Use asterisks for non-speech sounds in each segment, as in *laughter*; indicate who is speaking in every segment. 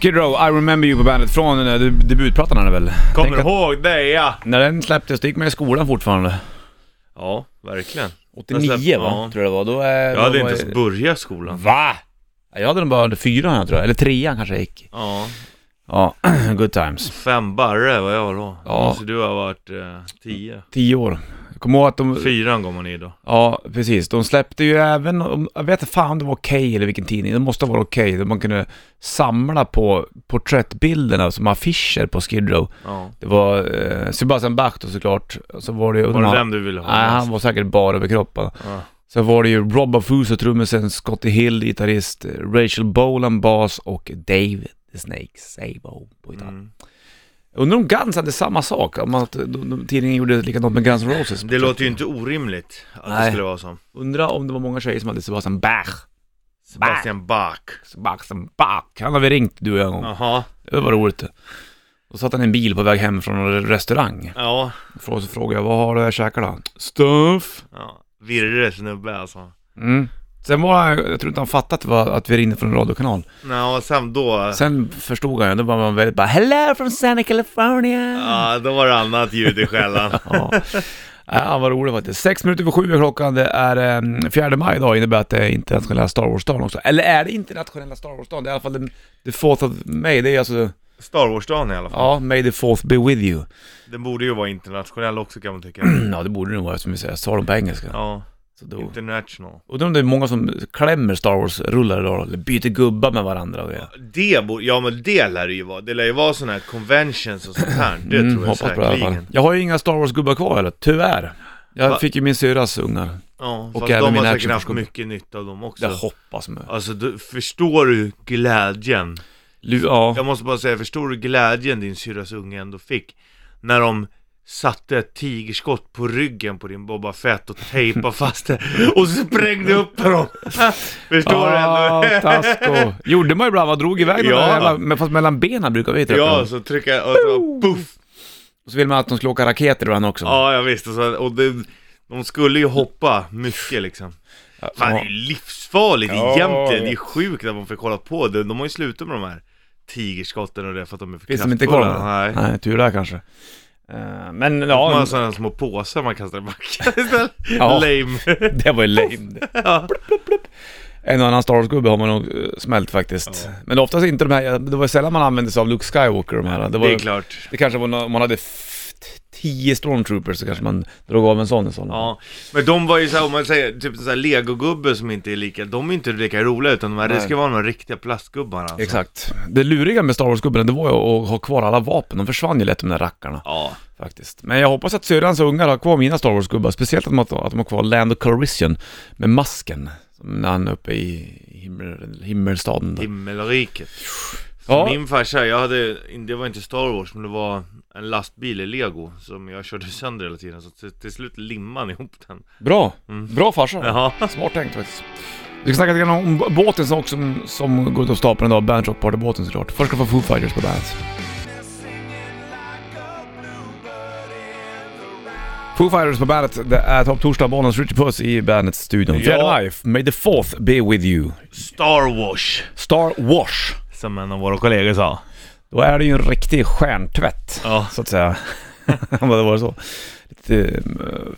Speaker 1: Skid Row, I remember you på bandet från eh, deb- debutplattan är det väl?
Speaker 2: Kommer
Speaker 1: Tänk
Speaker 2: du
Speaker 1: att
Speaker 2: ihåg det ja!
Speaker 1: När den släpptes, då gick man i skolan fortfarande.
Speaker 2: Ja, verkligen.
Speaker 1: 89 va?
Speaker 2: Ja.
Speaker 1: Tror jag det var. Då, eh,
Speaker 2: Jag hade
Speaker 1: var,
Speaker 2: inte ens börjat skolan.
Speaker 1: Va? Jag hade den bara under fyran jag tror jag, eller trean kanske jag gick.
Speaker 2: Ja,
Speaker 1: Ja, *clears throat* good times.
Speaker 2: fem barre var jag då.
Speaker 1: Ja.
Speaker 2: Ja. Så du har varit eh, tio.
Speaker 1: Tio år. Jag kommer ihåg att de...
Speaker 2: Fyran går man i då.
Speaker 1: Ja, precis. De släppte ju även, om- jag vet inte fan om det var okej eller vilken tidning, det måste vara okej, där man kunde samla på porträttbilderna som affischer på Skid Row.
Speaker 2: Ja.
Speaker 1: Det var eh, Sebastian Bach då såklart, så var det ju...
Speaker 2: Var det den du ville ha?
Speaker 1: Nej, han var säkert bara överkroppad.
Speaker 2: Ja.
Speaker 1: Så var det ju Rob Afuso, trummisen, Scotty Hill, gitarrist, eh, Rachel Bolan, bas och Dave the Snake Sabo på gitarr.
Speaker 2: Mm.
Speaker 1: Undrar om Guns hade samma sak, om att eh, de, de, tidningen gjorde likadant med Guns N' Roses.
Speaker 2: Det låter ju inte orimligt att det
Speaker 1: Nej.
Speaker 2: skulle vara så.
Speaker 1: Undrar om det var många tjejer som hade Sebastian Bach.
Speaker 2: Sebastian Bach.
Speaker 1: Sebastian Bach. Han har vi ringt du och jag en gång.
Speaker 2: Jaha,
Speaker 1: Det var roligt. Då satt han i en bil på väg hem från en restaurang.
Speaker 2: ja.
Speaker 1: Frå- Så frågade jag, vad har du här käkar då? Stuff.
Speaker 2: ja. Virre snubbe alltså.
Speaker 1: Mm. Sen var han, jag tror inte han fattat vad, att vi ringde från en radiokanal.
Speaker 2: Nej, och sen då,
Speaker 1: Sen förstod han ju, då var man väldigt bara Hello from Santa California!
Speaker 2: ja, då var det annat ljud i skällan.
Speaker 1: *laughs* Ja. Ja, vad roligt faktiskt. Sex minuter över sju är klockan, det är um, 4 maj idag, innebär att det är internationella Star Wars-dagen också. Eller är det internationella Star Wars-dagen? Det är i alla fall den- the 4th of May, det är alltså,
Speaker 2: Star Wars-dagen i alla fall.
Speaker 1: ja, May the 4th be with you. *clears throat*
Speaker 2: Den borde ju vara internationell också kan man tycka.
Speaker 1: Ja, det borde det nog vara eftersom vi säger, sa de på engelska.
Speaker 2: Ja,
Speaker 1: Så då,
Speaker 2: international.
Speaker 1: undrar om det är många som klämmer Star Wars-rullar idag, eller byter gubbar med varandra och det.
Speaker 2: Det borde, ja men det lär det ju vara. Det lär ju vara sådana här conventions och sånt här. Det
Speaker 1: Mm,
Speaker 2: tror jag
Speaker 1: hoppas på det i alla fall.
Speaker 2: säkerligen.
Speaker 1: Jag har ju inga Star Wars-gubbar kvar eller, tyvärr. Jag
Speaker 2: Va?
Speaker 1: fick ju min syrras ungar.
Speaker 2: Ja,
Speaker 1: Och
Speaker 2: fast
Speaker 1: även
Speaker 2: de
Speaker 1: min
Speaker 2: har säkert haft
Speaker 1: actionfigur.
Speaker 2: mycket nytta av dem också.
Speaker 1: Jag hoppas med.
Speaker 2: Alltså, du, förstår du glädjen?
Speaker 1: Lu- ja.
Speaker 2: Jag måste bara säga, förstår du glädjen din syrras unge ändå fick? När de satte ett tigerskott på ryggen på din Boba Fett och
Speaker 1: *laughs*
Speaker 2: tejpade fast det och sprängde upp dem. *laughs* förstår du ändå?
Speaker 1: Ja, Ah, tasko. Gjorde man ju ibland, man drog iväg
Speaker 2: Ja.
Speaker 1: ja. jävla, men fast mellan benen brukar vi träffa
Speaker 2: *laughs* Ja,
Speaker 1: dem.
Speaker 2: så trycka och så puff.
Speaker 1: Och så vill man att de ska åka raketer ibland också.
Speaker 2: Ja, jag visste. Och, så, och det, de skulle ju hoppa mycket liksom. Fan, det är ju livsfarligt
Speaker 1: Ja, jag
Speaker 2: egentligen. Det är
Speaker 1: vet.
Speaker 2: sjukt att man får kolla på det. De har ju slutat med de här tigerskotten och det för att de är för
Speaker 1: Finns de inte kvar nu?
Speaker 2: Nej. Nej.
Speaker 1: Nej, tur där kanske. Eh, Men
Speaker 2: Man har
Speaker 1: ja,
Speaker 2: sådana små påsar man kastar
Speaker 1: *laughs*
Speaker 2: i backen istället.
Speaker 1: Ja. *laughs*
Speaker 2: Lame.
Speaker 1: det var ju lame.
Speaker 2: *laughs* Ja.
Speaker 1: En och annan Star Wars-gubbe har man nog eh, smält faktiskt. Men oftast inte de här, det var ju sällan man använde sig av Luke Skywalker de här. Det, var,
Speaker 2: Det är
Speaker 1: det,
Speaker 2: klart.
Speaker 1: kanske var nå- om man hade f- tio stormtroopers så kanske man drog av en sån i sådana fall.
Speaker 2: Ja, men de var ju såhär, om man säger typ såhär legogubbe som inte är lika, de är inte lika roliga utan de här, det
Speaker 1: Nej.
Speaker 2: ska vara de här riktiga plastgubbarna alltså.
Speaker 1: Exakt. Det luriga med Star Wars-gubben, det var ju att ha kvar alla vapen. De försvann ju lätt de där rackarna.
Speaker 2: Ja,
Speaker 1: faktiskt. Men jag hoppas att syrrans ungar har kvar mina Star Wars-gubbar, speciellt att de, har, att de har kvar Lando Calrissian med masken. Som när han är uppe i himmel, himmelstaden där.
Speaker 2: himmelriket.
Speaker 1: Ja.
Speaker 2: Min farsa, jag hade, det var inte Star Wars men det var en lastbil i lego som jag körde sönder hela tiden så till, till slut limmade han ihop den.
Speaker 1: Bra!
Speaker 2: Mm.
Speaker 1: Bra farsa!
Speaker 2: Jaha.
Speaker 1: Smart tänkt faktiskt. Vi ska snacka lite grann om b- båten som, också, som går ut av stapeln idag, Bandit Rock Party-båten såklart. Först ska vi få Foo Fighters på bandet. Foo Fighters på bandet, det är Topp Torsdag, Bonus Richard Puss i Bandet-studion.
Speaker 2: Ja.
Speaker 1: Fjärde maj, may the fourth be with you.
Speaker 2: Star Wars,
Speaker 1: Star Wars!
Speaker 2: som en av våra kollegor sa.
Speaker 1: Då är det ju en riktig stjärntvätt,
Speaker 2: Ja.
Speaker 1: så att säga. *laughs* Om det var så. Lite eh,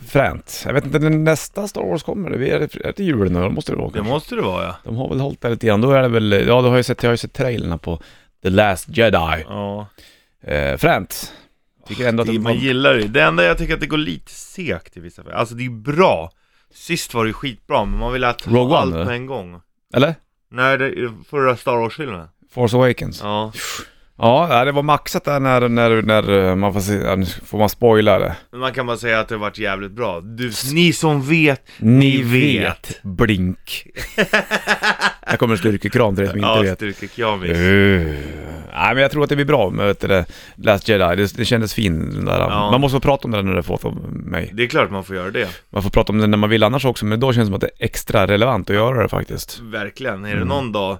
Speaker 1: fränt. Jag vet inte, när nästa Star Wars kommer, det är det är till julen nu, då måste det vara
Speaker 2: Det
Speaker 1: kanske.
Speaker 2: måste det vara ja.
Speaker 1: De har väl hållit där lite grann. Då är det väl, ja då har jag sett, jag har ju sett trailerna på The Last Jedi.
Speaker 2: Ja.
Speaker 1: Eh, fränt. Tycker ändå att
Speaker 2: Det,
Speaker 1: det
Speaker 2: man
Speaker 1: var...
Speaker 2: gillar det. Det enda jag tycker att det går lite segt i vissa fall. Alltså det är bra. Sist var det ju skitbra, men man vill att ha
Speaker 1: Rogue One,
Speaker 2: allt på
Speaker 1: eller?
Speaker 2: en gång.
Speaker 1: Eller?
Speaker 2: Nej, det är förra Star Wars-filmen.
Speaker 1: Force Awakens. Ja,
Speaker 2: Ja.
Speaker 1: nej, det var maxat där när, när, när eh, man får se, ja, nu får man spoila det?
Speaker 2: Men man kan bara säga att det har varit jävligt bra. Du, ni som vet,
Speaker 1: Ni vet. Blink. Här kommer en styrkekram till er som inte
Speaker 2: ja,
Speaker 1: vet.
Speaker 2: styrkekramis.
Speaker 1: Uh, nej men jag tror att det blir bra med vet du, det, Last Jedi, det, det kändes fin den där.
Speaker 2: Ja.
Speaker 1: Man måste få prata om den när det får om mig.
Speaker 2: Det är klart man får göra det.
Speaker 1: Man får prata om den när man vill annars också, men då känns det som att det är extra relevant att göra det faktiskt.
Speaker 2: Verkligen. Är det någon dag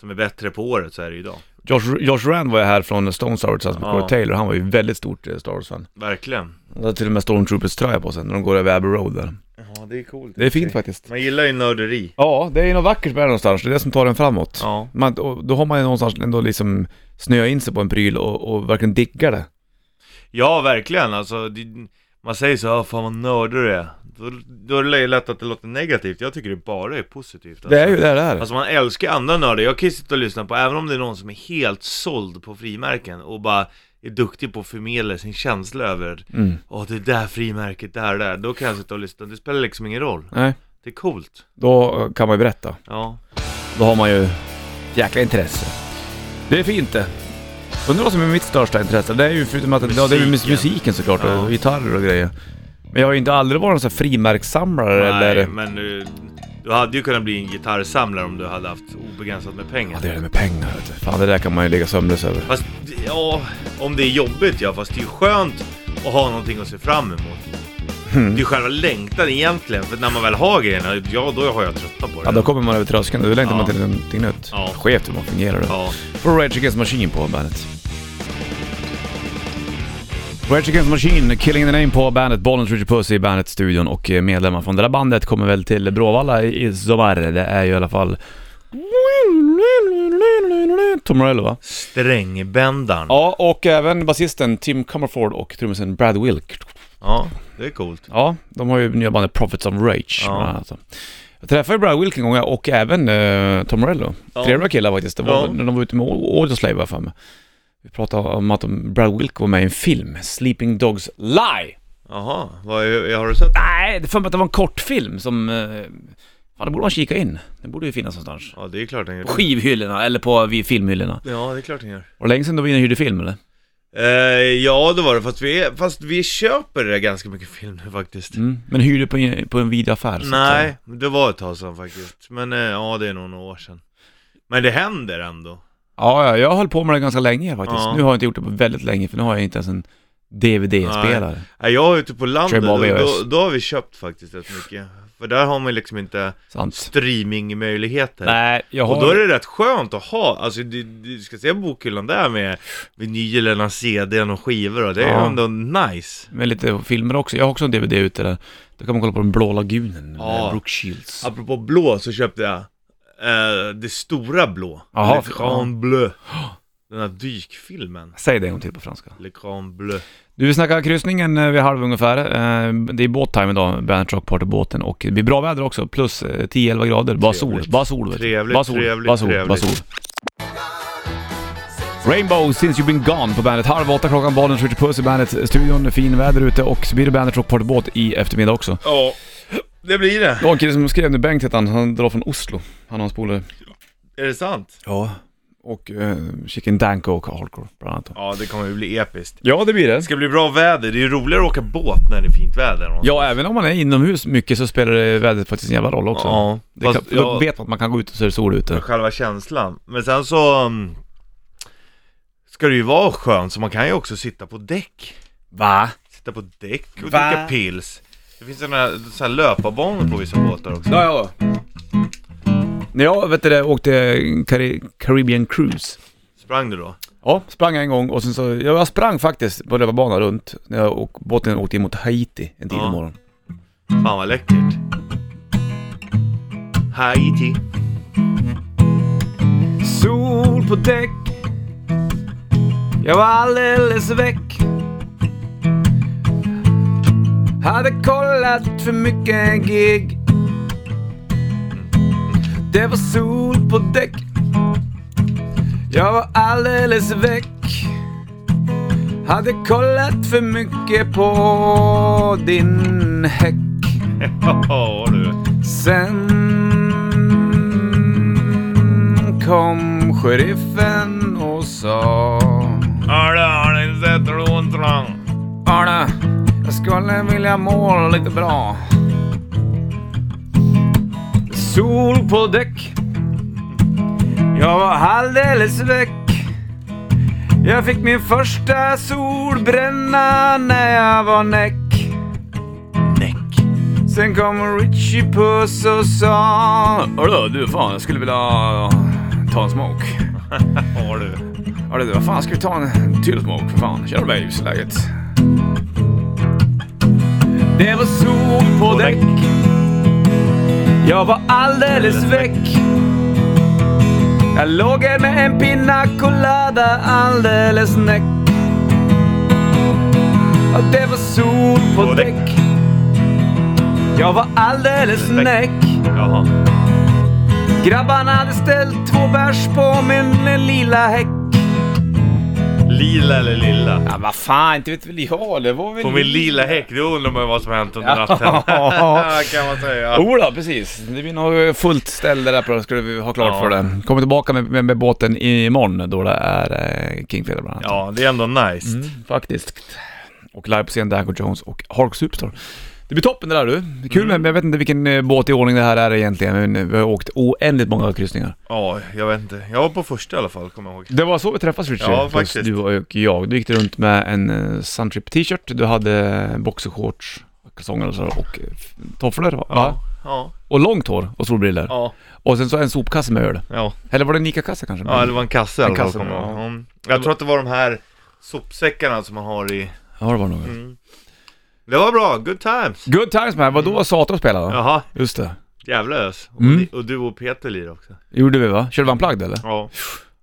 Speaker 2: som är bättre på året så är det ju idag.
Speaker 1: Josh, Josh Rand var ju här från Stone Sour tillsammans med
Speaker 2: Ja.
Speaker 1: Corey Taylor, han var ju väldigt stort eh, Star Wars-fan.
Speaker 2: Verkligen.
Speaker 1: Han har till och med Stormtroopers tröja på sig när de går över Abbey Road där.
Speaker 2: Ja, det är coolt.
Speaker 1: Det är fint faktiskt.
Speaker 2: Man gillar ju nörderi.
Speaker 1: Ja, det är något vackert med det någonstans. Det är det som tar en framåt.
Speaker 2: Ja.
Speaker 1: Man, och då har man ju någonstans ändå liksom snöat in sig på en pryl och, och verkligen diggar det.
Speaker 2: Ja, verkligen alltså. Det, man säger så, ah, fan vad nördar du är. Då, då är det lätt att det låter negativt. Jag tycker det bara är positivt. Alltså.
Speaker 1: Det är ju det det är.
Speaker 2: Alltså man älskar andra nördar. Jag kan ju sitta och lyssna på, även om det är någon som är helt såld på frimärken och bara är duktig på att förmedla sin känsla över,
Speaker 1: mm.
Speaker 2: åh det där frimärket, där, där. Då kan jag sitta och lyssna. Det spelar liksom ingen roll.
Speaker 1: Nej,
Speaker 2: Det är coolt.
Speaker 1: då kan man ju berätta.
Speaker 2: Ja.
Speaker 1: Då har man ju jäkla intresse. Det är fint det. Undrar vad som är mitt största intresse. Det är ju förutom att musiken, ja, det är ju mus-
Speaker 2: Musiken.
Speaker 1: musiken såklart
Speaker 2: Ja.
Speaker 1: och gitarrer och grejer. Men jag har ju inte aldrig varit någon sån här frimärkssamlare
Speaker 2: Nej,
Speaker 1: eller...
Speaker 2: men du, du hade ju kunnat bli en gitarrsamlare om du hade haft obegränsat med pengar.
Speaker 1: Ja, det är det med pengar vet du. Fan, det där kan man ju ligga sömnlös över.
Speaker 2: Fast, ja, om det är jobbigt ja, fast det är ju skönt att ha någonting att se fram emot.
Speaker 1: Mm.
Speaker 2: Det är ju själva längtan egentligen, för när man väl har grejerna, ja då har jag tröttnat på det.
Speaker 1: Ja, då kommer man över tröskeln. Då längtar
Speaker 2: Ja.
Speaker 1: man till någonting nytt.
Speaker 2: Ja.
Speaker 1: Skevt hur man fungerar då.
Speaker 2: Ja.
Speaker 1: Får Rage Against the Machine på bandet. Rage Against the Machine, Killing the Name på bandet, Bollens Richard Puss i bandet-studion och eh, medlemmar från det där bandet kommer väl till Bråvalla i i sommar. Det är ju i alla fall... Tom Morello va?
Speaker 2: Strängbändaren. Ja.
Speaker 1: Ja, och även basisten Tim Comerford och trummisen Brad Wilk.
Speaker 2: det är coolt.
Speaker 1: Ja, de har ju nya bandet Prophets of Rage.
Speaker 2: Ja.
Speaker 1: bland annat. Jag träffade Brad Wilk en gång och även eh, Tom Morello.
Speaker 2: Ja.
Speaker 1: Trevliga killar faktiskt. Det var
Speaker 2: Ja.
Speaker 1: när de var ute med Au- Audioslave har jag för mig. Vi pratade om att de, Brad Wilk var med i en film, Sleeping Dogs Lie.
Speaker 2: Jaha, vad är, har du sett den?
Speaker 1: Nej, det är för mig att det var en kortfilm som... Eh, fan, det borde man kika in. Det borde ju finnas någonstans.
Speaker 2: Ja, det är klart den gör.
Speaker 1: På skivhyllorna eller på vi- filmhyllorna.
Speaker 2: Ja, det är klart den gör.
Speaker 1: Var det länge sedan då vi hyrde film eller?
Speaker 2: Eh, ja, det var det, fast vi, är, fast vi köper det där ganska mycket film nu faktiskt.
Speaker 1: Mm. Men hyrde på, en- på en videoaffär? så att säga.
Speaker 2: Nej, det var ett tag sedan faktiskt. Men eh, ja, det är nog några år sedan. Men det händer ändå.
Speaker 1: Ja, ja, jag höll på med det ganska länge faktiskt.
Speaker 2: Ja.
Speaker 1: Nu har jag inte gjort det på väldigt länge för nu har jag inte ens en DVD-spelare.
Speaker 2: Nej, Jag är ute på landet,
Speaker 1: Kör bara
Speaker 2: då,
Speaker 1: VHS.
Speaker 2: då, då har vi köpt faktiskt rätt mycket. För där har man liksom inte
Speaker 1: Sant.
Speaker 2: streamingmöjligheter.
Speaker 1: Nej, jag har...
Speaker 2: Och då är det rätt skönt att ha, alltså du, du ska se bokhyllan där med vinylerna, CDn och skivor och det är ju
Speaker 1: Ja.
Speaker 2: ändå nice.
Speaker 1: Med lite filmer också. Jag har också en DVD ute där. Då kan man kolla på den blå lagunen.
Speaker 2: Ja.
Speaker 1: med Brooke Shields.
Speaker 2: Apropå blå så köpte jag eh, det stora blå,
Speaker 1: Jaha,
Speaker 2: Le
Speaker 1: för-
Speaker 2: Grand Bleu. Den här dykfilmen,
Speaker 1: Säg det en gång till på franska.
Speaker 2: Le Grand Bleu.
Speaker 1: Du, vi snackade kryssningen eh, vid halv ungefär. Eh, Det är båttime idag, Bandet Rock Party båten. Och det blir bra väder också, plus eh, 10-11 grader. Bara sol,
Speaker 2: Trevligt.
Speaker 1: bara sol. vet du.
Speaker 2: Trevligt,
Speaker 1: bara sol,
Speaker 2: trevligt,
Speaker 1: bara sol, bara
Speaker 2: trevligt.
Speaker 1: sol. Rainbow since you've been gone på bandet. Halv åtta klockan, bollen skjuter puss i bandet. Studion, fin väder ute och så blir det Bandet Rock Party båt i eftermiddag också.
Speaker 2: Ja, det blir det.
Speaker 1: Det var en kille som skrev nu, Bengt hette han, han drar från Oslo. Han och hans polare.
Speaker 2: Är det sant?
Speaker 1: Ja. Och eh, Chicken Danko och Hardcore bland annat.
Speaker 2: Ja, det kommer ju bli episkt.
Speaker 1: Ja, det blir
Speaker 2: Det ska bli bra väder, det är ju roligare att åka båt när det är fint väder.
Speaker 1: Ja, även om man är inomhus mycket så spelar det vädret faktiskt en jävla roll också.
Speaker 2: Ja,
Speaker 1: Det kan,
Speaker 2: fast
Speaker 1: för Då
Speaker 2: jag-
Speaker 1: vet man att man kan gå ut och så är det sol ute.
Speaker 2: själva känslan. Men sen så mm, ska det ju vara skönt, så man kan ju också sitta på däck.
Speaker 1: Va?
Speaker 2: Sitta på däck och
Speaker 1: Va?
Speaker 2: dricka pils. Det finns sådana här, såna här löparbanor på vissa båtar också.
Speaker 1: Ja, ja. När jag vet du, det, åkte Cari- Caribbean Cruise.
Speaker 2: Sprang du då?
Speaker 1: Ja, sprang jag en gång och sen så, ja, jag sprang faktiskt på löparbanan runt när jag och båten åkte in mot Haiti en tidig
Speaker 2: Ja.
Speaker 1: morgon.
Speaker 2: Fan vad läckert. Haiti.
Speaker 1: Sol på däck Jag var alldeles väck Hade kollat för mycket gig Det var sol på däck Jag var alldeles väck Hade kollat för mycket på din häck
Speaker 2: *laughs* Ja du.
Speaker 1: Sen kom sheriffen och sa
Speaker 2: Arne, har ni sett Rontran?
Speaker 1: Arne, jag skulle vilja måla lite bra. Sol på däck. Jag var alldeles väck. Jag fick min första solbränna när jag var näck.
Speaker 2: Näck.
Speaker 1: Sen kom Richie Puss och sa Hörru du, fan jag skulle vilja ta en smoke.
Speaker 2: Ja du.
Speaker 1: Hörru du, vad fan ska vi ta en till smoke för fan? Tjena babe, läget? Det var sol på däck Jag var alldeles väck Jag låg här med en pina colada alldeles näck Och det var sol på
Speaker 2: På däck.
Speaker 1: däck Jag var alldeles
Speaker 2: Alldeles
Speaker 1: näck
Speaker 2: väck. Jaha.
Speaker 1: Grabbarna hade ställt två bärs på min lilla häck
Speaker 2: Lila eller lilla?
Speaker 1: Ja, vad fan, inte vet väl jag. Det var väl...
Speaker 2: På min lila häck, då undrar man vad som har hänt under
Speaker 1: Ja.
Speaker 2: natten.
Speaker 1: *laughs*
Speaker 2: *laughs* kan man säga.
Speaker 1: Jo då, precis. Det blir nog fullt ställe där på det, skulle vi ha klart
Speaker 2: Ja.
Speaker 1: för det. Kommer tillbaka med, med, med båten imorgon då det är eh, King Fredag bland annat.
Speaker 2: Ja, det är ändå nice.
Speaker 1: Mm, faktiskt. Och live på scen Danko Jones och Hark Superstar. Det blir toppen det där du. Det är Kul men jag vet inte vilken eh, båt i ordning det här är egentligen, men vi har åkt oändligt många kryssningar.
Speaker 2: Ja, jag vet inte. Jag var på första i alla fall, kommer jag ihåg.
Speaker 1: Det var så vi träffades Richard,
Speaker 2: Ja,
Speaker 1: Fast
Speaker 2: faktiskt.
Speaker 1: du och jag. Du gick runt med en eh, Suntrip t-shirt, du hade boxershorts, kalsonger och så och eh, tofflor va?
Speaker 2: Ja. Ja,
Speaker 1: Och långt hår och solbrillor.
Speaker 2: ja,
Speaker 1: Och sen så en sopkasse med öl.
Speaker 2: ja.
Speaker 1: Eller var det en ICA-kasse kanske?
Speaker 2: Ja, det var en kasse i alla
Speaker 1: En
Speaker 2: fall,
Speaker 1: kasse,
Speaker 2: kommer jag ihåg.
Speaker 1: ja.
Speaker 2: Mm. Jag tror att det var de här sopsäckarna som man har i...
Speaker 1: Ja, det var nog.
Speaker 2: Mm. Det var bra, good times.
Speaker 1: Good times man, vadå
Speaker 2: Mm.
Speaker 1: var Satra spelade va?
Speaker 2: Jaha,
Speaker 1: Just det.
Speaker 2: jävla ös. Och,
Speaker 1: Mm.
Speaker 2: ni- och du och Peter lirar också.
Speaker 1: Gjorde vi va? Körde vi unplugged eller?
Speaker 2: Ja.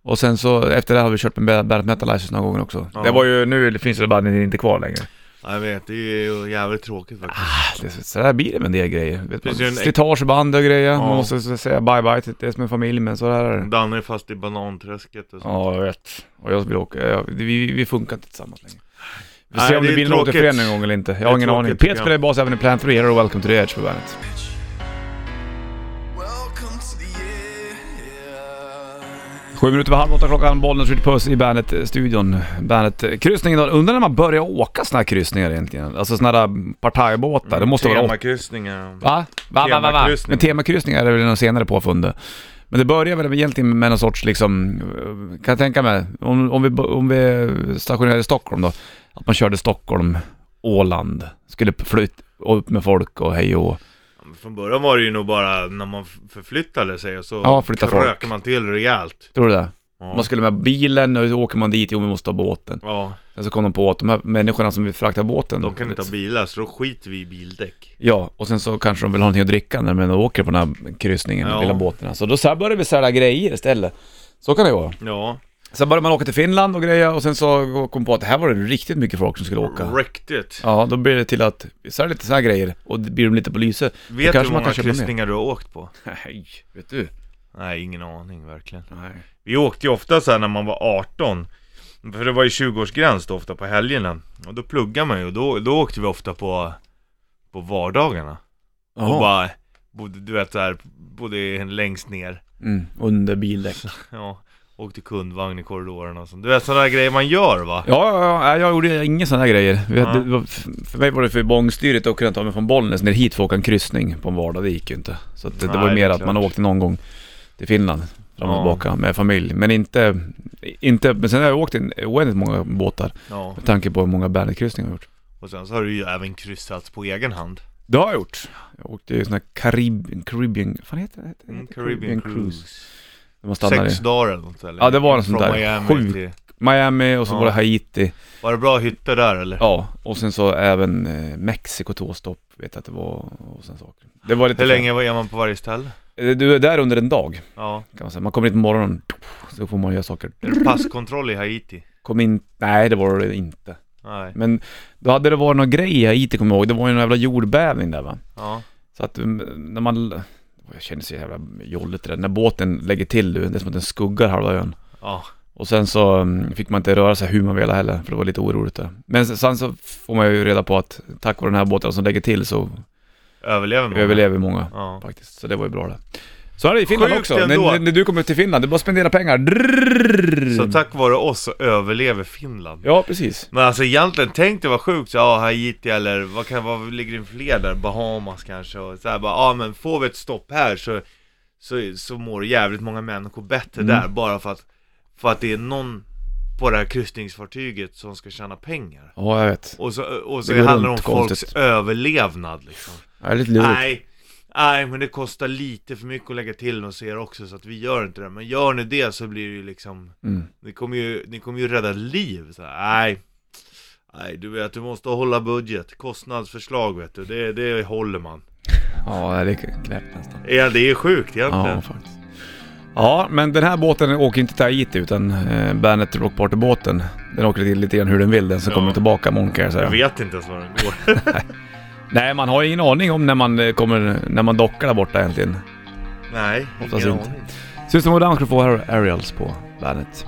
Speaker 1: Och sen så efter det har vi kört med Bad Metal License några gånger också.
Speaker 2: Ja.
Speaker 1: Det var ju, nu finns det bandet inte kvar längre.
Speaker 2: ja, jag vet. Det är ju jävligt tråkigt faktiskt.
Speaker 1: Det, så där blir det med en del grejer. Vet man,
Speaker 2: Finns ju en-
Speaker 1: slitageband och grejer.
Speaker 2: Ja.
Speaker 1: Man måste så- säga bye bye till det som en familj, men så där är det.
Speaker 2: Danne är fast i bananträsket och så.
Speaker 1: Ja, jag vet. Och jag vill åka, jag, vi, vi funkar inte tillsammans längre. Vi får
Speaker 2: Nej,
Speaker 1: se om
Speaker 2: det
Speaker 1: det
Speaker 2: är
Speaker 1: blir en
Speaker 2: tråkigt.
Speaker 1: återförening någon gång eller inte. Jag
Speaker 2: Det är
Speaker 1: har ingen
Speaker 2: tråkigt,
Speaker 1: aning.
Speaker 2: tycker
Speaker 1: Pete
Speaker 2: jag.
Speaker 1: spelar bas även i Plan 3, här och Welcome to the Edge på bandet.
Speaker 3: Welcome to the edge.
Speaker 1: Sju minuter över halv åtta klockan, Bollnäs Ritchie Puss i eh, Bandet-studion. Bandet-kryssningen idag. eh, Undrar när man börjar åka såna här kryssningar egentligen? Alltså såna där partajbåtar. det måste vara... åt-
Speaker 2: Temakryssningar.
Speaker 1: Va? Va, va, va, va?
Speaker 2: Mm, Temakryssning.
Speaker 1: Men temakryssningar är det väl något senare påfund. Men det börjar väl egentligen med någon sorts liksom, eh, kan jag tänka mig, om, om, vi, bo- om vi stationerade i Stockholm då, att man körde Stockholm, Åland, skulle flytta upp med folk och hej och...
Speaker 2: Men Från början var det ju nog bara när man f- förflyttade sig och så
Speaker 1: Ja, flytta folk.
Speaker 2: krökade man till rejält.
Speaker 1: Tror du det?
Speaker 2: Ja.
Speaker 1: Man skulle med bilen och så åker man dit, jo vi måste ha båten.
Speaker 2: ja,
Speaker 1: Sen så kom de på att de här människorna som vill frakta båten,
Speaker 2: de kan inte ha bilar så då skiter vi i bildäck.
Speaker 1: Ja, och sen så kanske de vill ha någonting att dricka när de ändå åker på den här kryssningen,
Speaker 2: Ja.
Speaker 1: lilla båten. Så då så här börjar vi sälja grejer istället. Så kan det vara.
Speaker 2: Ja,
Speaker 1: Sen började man åka till Finland och grejer och sen så kom på att här var det riktigt mycket folk som skulle åka.
Speaker 2: riktigt.
Speaker 1: Ja, då blir det till att vi säljer lite sådana här grejer och det blir de lite på lyse. Då
Speaker 2: Vet du hur
Speaker 1: kanske man
Speaker 2: många
Speaker 1: kan köpa mer.
Speaker 2: *laughs* kryssningar du har åkt på?
Speaker 1: Nej, vet du?
Speaker 2: Nej, ingen aning verkligen.
Speaker 1: Nej.
Speaker 2: Vi åkte ju ofta så här när man var 18. För det var ju 20-årsgräns då ofta på helgerna. Och då pluggade man ju och då, då åkte vi ofta på, på vardagarna. Och
Speaker 1: Jaha.
Speaker 2: bara, bodde, du vet så här, bodde längst ner.
Speaker 1: Mm, under bildäck. Ja,
Speaker 2: Ja, åkte kundvagn i korridoren och sånt. Du vet sådana där grejer man gör va?
Speaker 1: ja, ja, nej, jag gjorde inga sådana här grejer. Vi hade,
Speaker 2: Ja.
Speaker 1: det var- För mig var det för bångstyrigt att kunna ta mig från Bollnäs ner hit för att åka en kryssning på en vardag. Det gick ju inte. Så att det, det
Speaker 2: Nej,
Speaker 1: var ju
Speaker 2: det är
Speaker 1: mer att man
Speaker 2: klart.
Speaker 1: åkte någon gång till Finland fram och
Speaker 2: Ja.
Speaker 1: tillbaka med familj. Men inte, inte... Men sen har jag åkt in oändligt många båtar
Speaker 2: Ja.
Speaker 1: med tanke på hur många bandykryssningar jag har gjort.
Speaker 2: Och sen så har du ju även kryssat på egen hand.
Speaker 1: Det har jag gjort. Jag åkte ju sån här Carib Caribbean... Vad fan heter det? heter det?
Speaker 2: Mm, Caribbean Cruise.
Speaker 1: Där man stannade i
Speaker 2: Sex dagar eller något eller?
Speaker 1: Ja, det var en sån
Speaker 2: Från
Speaker 1: där
Speaker 2: Miami
Speaker 1: sjuk-
Speaker 2: till...
Speaker 1: Miami och så
Speaker 2: Ja.
Speaker 1: var det Haiti.
Speaker 2: Var det bra hytter där eller?
Speaker 1: Ja, och sen så även eh, Mexiko två stopp vet jag att det var och sen saker. Det var lite...
Speaker 2: Hur länge var- är man på varje ställe?
Speaker 1: Eh, Du är där under en dag
Speaker 2: Ja.
Speaker 1: kan man säga. Man kommer dit på morgonen, så får man göra saker.
Speaker 2: Är det passkontroll i Haiti?
Speaker 1: Kom in... Nej, det var det inte.
Speaker 2: Nej.
Speaker 1: Men då hade det varit någon grej i Haiti kommer jag ihåg. Det var ju en jävla jordbävning där va?
Speaker 2: Ja.
Speaker 1: Så att mm, när man... Åh, Jag känner så jävla jolligt det där. När båten lägger till du, det är som att den skuggar halva ön.
Speaker 2: Ja.
Speaker 1: Och sen så mm, fick man inte röra sig hur man ville heller, för det var lite oroligt där. Men s- sen så får man ju reda på att tack vare den här båten som lägger till så
Speaker 2: Överlever man?
Speaker 1: överlever många
Speaker 2: Ja.
Speaker 1: faktiskt. Så det var ju bra det. Så är det i Finland
Speaker 2: Sjukt
Speaker 1: också.
Speaker 2: ändå.
Speaker 1: När, när du kommer till Finland, det är bara att spendera pengar. Drrrr.
Speaker 2: Så tack vare oss så överlever Finland.
Speaker 1: Mm. Ja, precis.
Speaker 2: Men alltså egentligen, tänk det var sjukt så, ja Haiti eller vad kan vad ligger det fler där? Bahamas kanske och så här, bara, ja men får vi ett stopp här så, så, så mår jävligt många människor bättre
Speaker 1: Mm.
Speaker 2: där bara för att, för att det är någon på det här kryssningsfartyget som ska tjäna pengar.
Speaker 1: Ja, jag vet.
Speaker 2: Och så, och så
Speaker 1: Det går
Speaker 2: handlar det om
Speaker 1: runt
Speaker 2: folks
Speaker 1: konstigt.
Speaker 2: överlevnad liksom.
Speaker 1: Det är lite lurigt.
Speaker 2: Nej, nej men det kostar lite för mycket att lägga till hos er också så att vi gör inte det. Men gör ni det så blir det ju liksom,
Speaker 1: Mm.
Speaker 2: ni kommer ju, ni kommer ju rädda liv. Så här, nej, Nej, du vet, du måste hålla budget. Kostnadsförslag, vet du. Det, det håller man.
Speaker 1: Ja, det är knäppt nästan.
Speaker 2: Ja, det är sjukt egentligen.
Speaker 1: Ja, faktiskt. Ja, men den här båten åker inte till Tahiti utan eh, Bandet Rock Party-båten. Den åker till lite grann hur den vill, den som
Speaker 2: Ja.
Speaker 1: kommer tillbaka imorgon kan jag säga.
Speaker 2: Jag vet inte ens var den går. *laughs*
Speaker 1: Nej, man har ju ingen aning om när man eh, kommer, när man dockar där borta egentligen.
Speaker 2: Nej,
Speaker 1: Hoppas
Speaker 2: ingen
Speaker 1: inte.
Speaker 2: aning.
Speaker 1: System of a Down skulle få Ar- Aerials på bandet.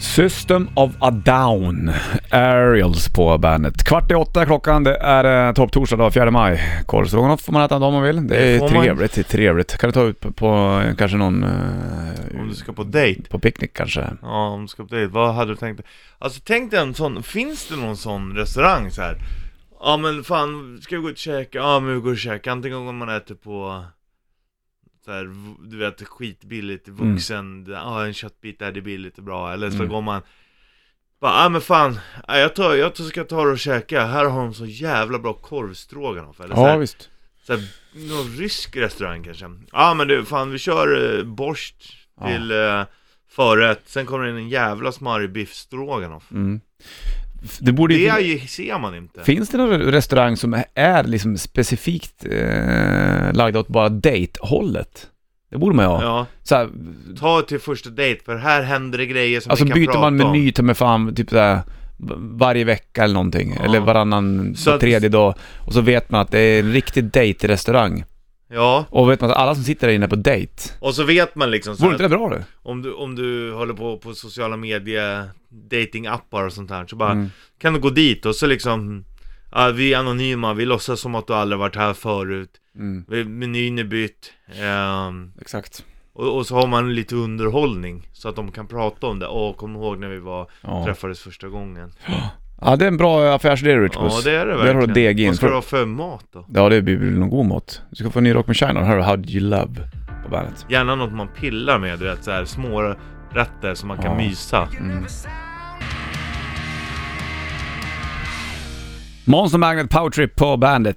Speaker 1: System of a Down, Aerials på bandet. Kvart i åtta klockan, det är eh, topptorsdag dag, 4 maj. Korvstroganoff får man äta om man vill. Det
Speaker 2: Det
Speaker 1: är
Speaker 2: får man.
Speaker 1: trevligt, det är trevligt. Kan du ta ut på, på eh, kanske någon... eh,
Speaker 2: Om du ska på dejt.
Speaker 1: På picknick kanske?
Speaker 2: Ja, om du ska på dejt. Vad hade du tänkt dig? Alltså tänk dig en sån, finns det någon sån restaurang så här? Ja men fan, ska vi gå ut och käka? Ja men vi går och käkar. Antingen om man äter på så här, v- du vet skitbilligt, vuxen, ja en köttbit där det är billigt och bra. Eller så
Speaker 1: Mm.
Speaker 2: går man bara, ja men fan, ja, jag, tar, jag tar- ska ta och käka. Här har de så jävla bra korvstroganoff. Eller så här,
Speaker 1: Ja visst.
Speaker 2: så här, någon rysk restaurang kanske. Ja men du, fan vi kör eh, borst
Speaker 1: Ja.
Speaker 2: till eh, förrätt, sen kommer det in en jävla smarrig biff stroganoff.
Speaker 1: Mm. F- Det borde
Speaker 2: Det
Speaker 1: ju...
Speaker 2: är ju, ser man inte.
Speaker 1: Finns det någon restaurang som är liksom specifikt eh, lagd åt bara date-hållet? Det borde man ju ha.
Speaker 2: Ja,
Speaker 1: Så här,
Speaker 2: ta till första dejt för här händer det grejer som
Speaker 1: alltså
Speaker 2: vi kan
Speaker 1: byter
Speaker 2: prata
Speaker 1: man
Speaker 2: om.
Speaker 1: meny ta mig fan typ såhär varje vecka eller någonting.
Speaker 2: Ja.
Speaker 1: Eller varannan,
Speaker 2: Så
Speaker 1: var
Speaker 2: att-
Speaker 1: tredje dag. Och så vet man att det är en riktig dejtrestaurang.
Speaker 2: Ja,
Speaker 1: Och vet man att alla som sitter där inne är på dejt.
Speaker 2: och så vet man liksom så
Speaker 1: Vore
Speaker 2: här,
Speaker 1: inte det bra du?
Speaker 2: om, du, om du håller på på sociala medier, datingappar och sånt där, så bara
Speaker 1: Mm.
Speaker 2: kan du gå dit och så liksom Ja, vi är anonyma, vi låtsas som att du aldrig varit här förut,
Speaker 1: Mm,
Speaker 2: Vi- menyn är bytt, ehm,
Speaker 1: exakt.
Speaker 2: Och, och så har man lite underhållning så att de kan prata om det. Åh, kom ihåg när vi var,
Speaker 1: Ja.
Speaker 2: träffades första gången.
Speaker 1: ja, det är en bra affärsidé Richbus.
Speaker 2: Ja, det är det
Speaker 1: Där har du deg
Speaker 2: verkligen.
Speaker 1: in.
Speaker 2: Vad ska du ha för mat då?
Speaker 1: Ja, det blir väl någon god mat. Du ska få en ny rock med China. Här har du How You Love på bandet.
Speaker 2: Gärna något man pillar med, du vet så här små rätter som man kan
Speaker 1: Ja. Mm.
Speaker 2: mysa.
Speaker 1: Monster Magnet Power Trip på bandet.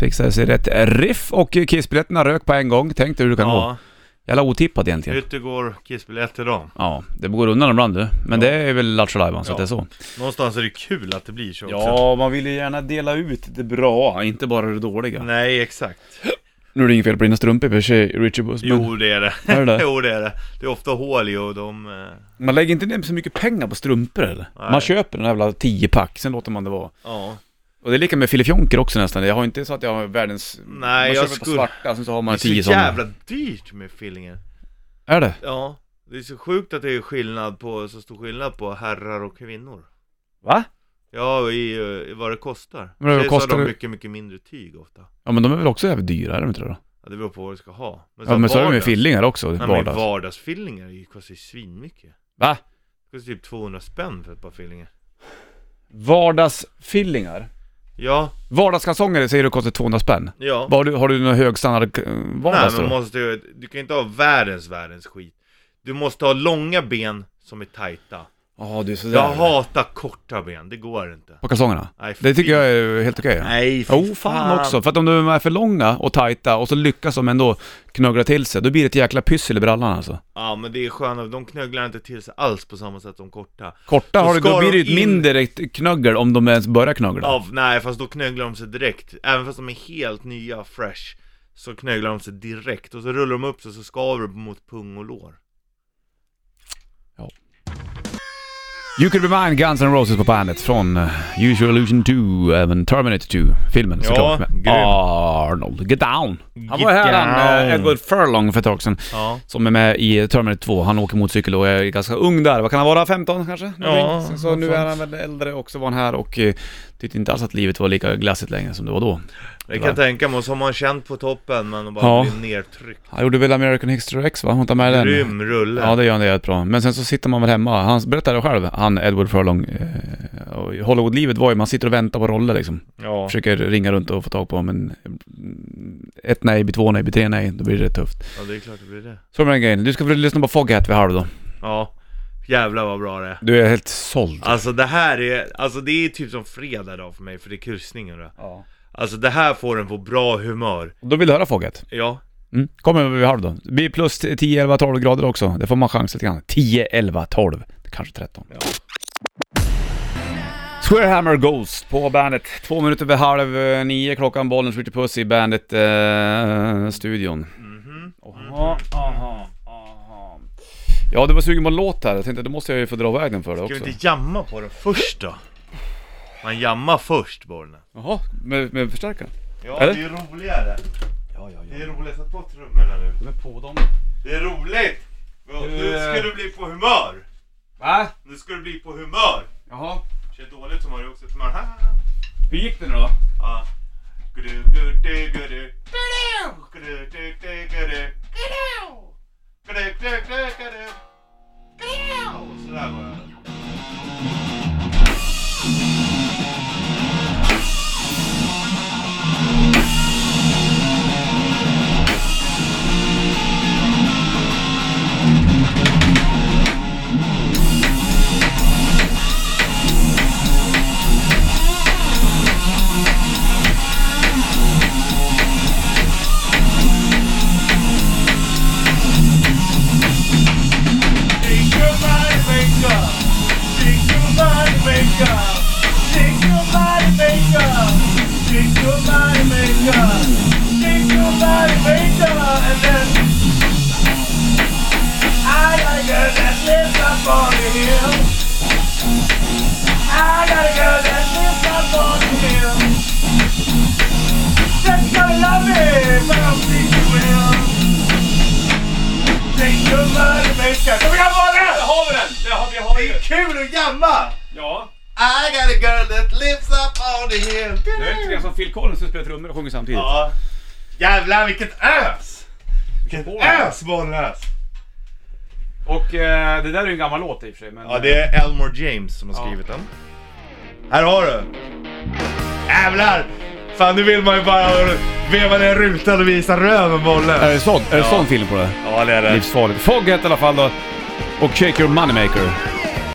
Speaker 1: Fixade sig rätt riff och Kissbiljetterna rök på en gång. Tänk dig hur du kan gå.
Speaker 2: Ja,
Speaker 1: Jävla otippat egentligen.
Speaker 2: ut och går kissbiljetter då.
Speaker 1: Ja, det går undan ibland du. Men det är väl Lattjo Lajban, så
Speaker 2: Ja.
Speaker 1: att det är så.
Speaker 2: Någonstans är det kul att det blir så också.
Speaker 1: Ja, man vill ju gärna dela ut det bra, inte bara det dåliga.
Speaker 2: Nej, exakt.
Speaker 1: Nu är det inget fel på dina strumpor i och för sig, Richard Buss. men-
Speaker 2: Jo, det är det.
Speaker 1: *laughs* Är det det?
Speaker 2: Jo, det är det. Det är ofta hål i och de... eh,
Speaker 1: Man lägger inte ner så mycket pengar på strumpor eller?
Speaker 2: Nej.
Speaker 1: Man köper den här jävla 10-pack, sen låter man det vara.
Speaker 2: Ja.
Speaker 1: Och det är lika med filifjonker också nästan. Jag har inte så att jag har världens...
Speaker 2: Nej,
Speaker 1: man
Speaker 2: jag
Speaker 1: köper
Speaker 2: skulle-
Speaker 1: på svarta, sen så har
Speaker 2: Det
Speaker 1: man
Speaker 2: är
Speaker 1: tio
Speaker 2: så
Speaker 1: sådana.
Speaker 2: jävla dyrt med fillingen.
Speaker 1: Är det?
Speaker 2: Ja, det är så sjukt att det är skillnad på, så stor skillnad på herrar och kvinnor
Speaker 1: Va?
Speaker 2: Ja, i, eh, i vad det kostar
Speaker 1: Men vad
Speaker 2: Tjejer så har
Speaker 1: kostar
Speaker 2: de
Speaker 1: det?
Speaker 2: mycket, mycket mindre tyg ofta
Speaker 1: Ja men de är väl också jävligt dyra, är de inte det då?
Speaker 2: ja, Det beror på vad du ska ha Men
Speaker 1: Ja men så är de ju
Speaker 2: Alltså, vardags-
Speaker 1: fillingar också,
Speaker 2: Nej men
Speaker 1: vardags.
Speaker 2: vardagsfillingar är ju- kostar ju svinmycket
Speaker 1: Va?
Speaker 2: Det kostar typ 200 spänn för ett par fillingar
Speaker 1: Vardagsfillingar?
Speaker 2: Ja,
Speaker 1: Vardagskalsonger säger du kostar 200 spänn.
Speaker 2: ja
Speaker 1: Vad Har du, har du någon hög standard eh,
Speaker 2: Nej
Speaker 1: vardags
Speaker 2: men
Speaker 1: då?
Speaker 2: måste ju, du kan inte ha världens, världens skit Du måste ha långa ben som är tajta
Speaker 1: Ja du är sådär.
Speaker 2: Jag hatar korta ben, det går inte
Speaker 1: På kalsongerna?
Speaker 2: Nej,
Speaker 1: Det tycker jag
Speaker 2: fy-
Speaker 1: är helt okej. ja.
Speaker 2: Nej fy
Speaker 1: Jo, fan också. För att om de är för långa och tajta och så lyckas de ändå knuggla till sig, då blir det ett jäkla pyssel i brallan alltså.
Speaker 2: Ja men det är skönt, de knögglar inte till sig alls på samma sätt som korta
Speaker 1: Korta
Speaker 2: Så
Speaker 1: har det, då
Speaker 2: ska
Speaker 1: blir det
Speaker 2: de
Speaker 1: ju ett
Speaker 2: in-
Speaker 1: mindre knuggel om de ens börjar knuggla.
Speaker 2: Av, Nej fast då knögglar de sig direkt, även fast de är helt nya, fresh Så knögglar de sig direkt och så rullar de upp sig så skaver det mot pung och lår
Speaker 1: You could be mine, Guns N' Roses på bandet från eh, Usual Illusion 2, även Terminator 2, filmen
Speaker 2: Ja,
Speaker 1: såklart. med
Speaker 2: grym.
Speaker 1: Arnold, get down! Han
Speaker 2: Get
Speaker 1: var här, han, eh,
Speaker 2: down.
Speaker 1: Edward Furlong för ett tag sedan,
Speaker 2: Ja,
Speaker 1: som är med i Terminator 2. Han åker motorcykel och är ganska ung där, vad kan han vara, 15 kanske?
Speaker 2: Ja,
Speaker 1: Sen så nu
Speaker 2: något
Speaker 1: är han väl äldre och så var han här och eh, tyckte inte alls att livet var lika glassigt längre som det var då.
Speaker 2: det kan jag tänka mig, och så har man känt på toppen men de bara
Speaker 1: Ja.
Speaker 2: blir nedtryckt
Speaker 1: Han gjorde väl American History X va? Hon tar med den.
Speaker 2: Grym rulle
Speaker 1: Ja det gör han, det är bra. Men sen så sitter man väl hemma, han berättar det själv, han Edward Furlong. Eh, och Hollywoodlivet var ju, man sitter och väntar på roller liksom.
Speaker 2: ja.
Speaker 1: Försöker ringa runt och få tag på dem, men mm, ett nej blir två nej blir tre nej, då blir det tufft.
Speaker 2: ja, det är klart det blir det
Speaker 1: Så med den grejen, du ska väl lyssna på Foghat vid halv då.
Speaker 2: Ja, jävlar vad bra det är
Speaker 1: Du är helt såld.
Speaker 2: Alltså det här är, alltså det är typ som fredag då för mig för det är kryssningen då
Speaker 1: Ja.
Speaker 2: Alltså det här får en på bra humör
Speaker 1: Då vill du höra Foghat.
Speaker 2: Ja,
Speaker 1: Mm. Kommer vid halv då. Det blir plus 10, 11, 12 grader också. Det får man chans lite grann. 10, 11, 12, kanske 13.
Speaker 2: Ja.
Speaker 1: Squarehammer Ghost på bandet. Två minuter över halv eh, nio klockan, bollen skjuter puss i bandet-studion. Mhm. Aha, aha, aha. Ja, du var sugen på en låt här. Jag tänkte, då måste jag ju få dra vägen för det
Speaker 2: Ska
Speaker 1: också.
Speaker 2: vi inte jamma på den först då? Man jammar först bollen.
Speaker 1: Jaha, med, med förstärkaren?
Speaker 2: Ja,
Speaker 1: Eller?
Speaker 2: det är roligare.
Speaker 1: Ja, ja,
Speaker 2: Det är roligt. Sätt på trummorna nu.
Speaker 1: De är på dem.
Speaker 2: Det är roligt! Nu
Speaker 1: Du, eh,
Speaker 2: ska du bli på humör!
Speaker 1: Va?
Speaker 2: Nu ska du bli på humör!
Speaker 1: Jaha.
Speaker 2: Kör dåligt humör också. Humör. Ha, ha,
Speaker 1: Hur gick det nu då?
Speaker 2: ha. Ja. Gudu, gudu, gudu. Gudu, gudu, gudu, gudu. Gudu, gudu, gudu, gudu. Gudu. Sådär går det. Shake your body, make up. Shake your body, make up. Shake your body, make up. Shake your body, make up. Shake your body, make up. And then I got a girl that lives up on the hill. I got a girl that lives up on the hill. That's gonna love me, but I don't think you will. Shake your body, make up. Kom igen, Malin!
Speaker 1: Där har vi den! Där har vi, har vi.
Speaker 2: Kul att jamma!
Speaker 1: Ja.
Speaker 2: I got a girl that lives up on the hill.
Speaker 1: Det är lite grann som Phil Collins som spelar trummor och sjunger samtidigt.
Speaker 2: Ja. Jävlar vilket ös! Vilket
Speaker 1: Boll.
Speaker 2: ös Bollnäs!
Speaker 1: Och eh, det där är ju en gammal låt i och för sig, men...
Speaker 2: Ja det är Elmore James som har skrivit den. Här har du! Jävlar! Fan nu vill man ju bara veva ner rutan och visa röven bollen.
Speaker 1: Är det sån, är det sån film på det?
Speaker 2: Ja det är det.
Speaker 1: Livsfarligt. Fogg hette i alla fall då. Och Shake Your Moneymaker.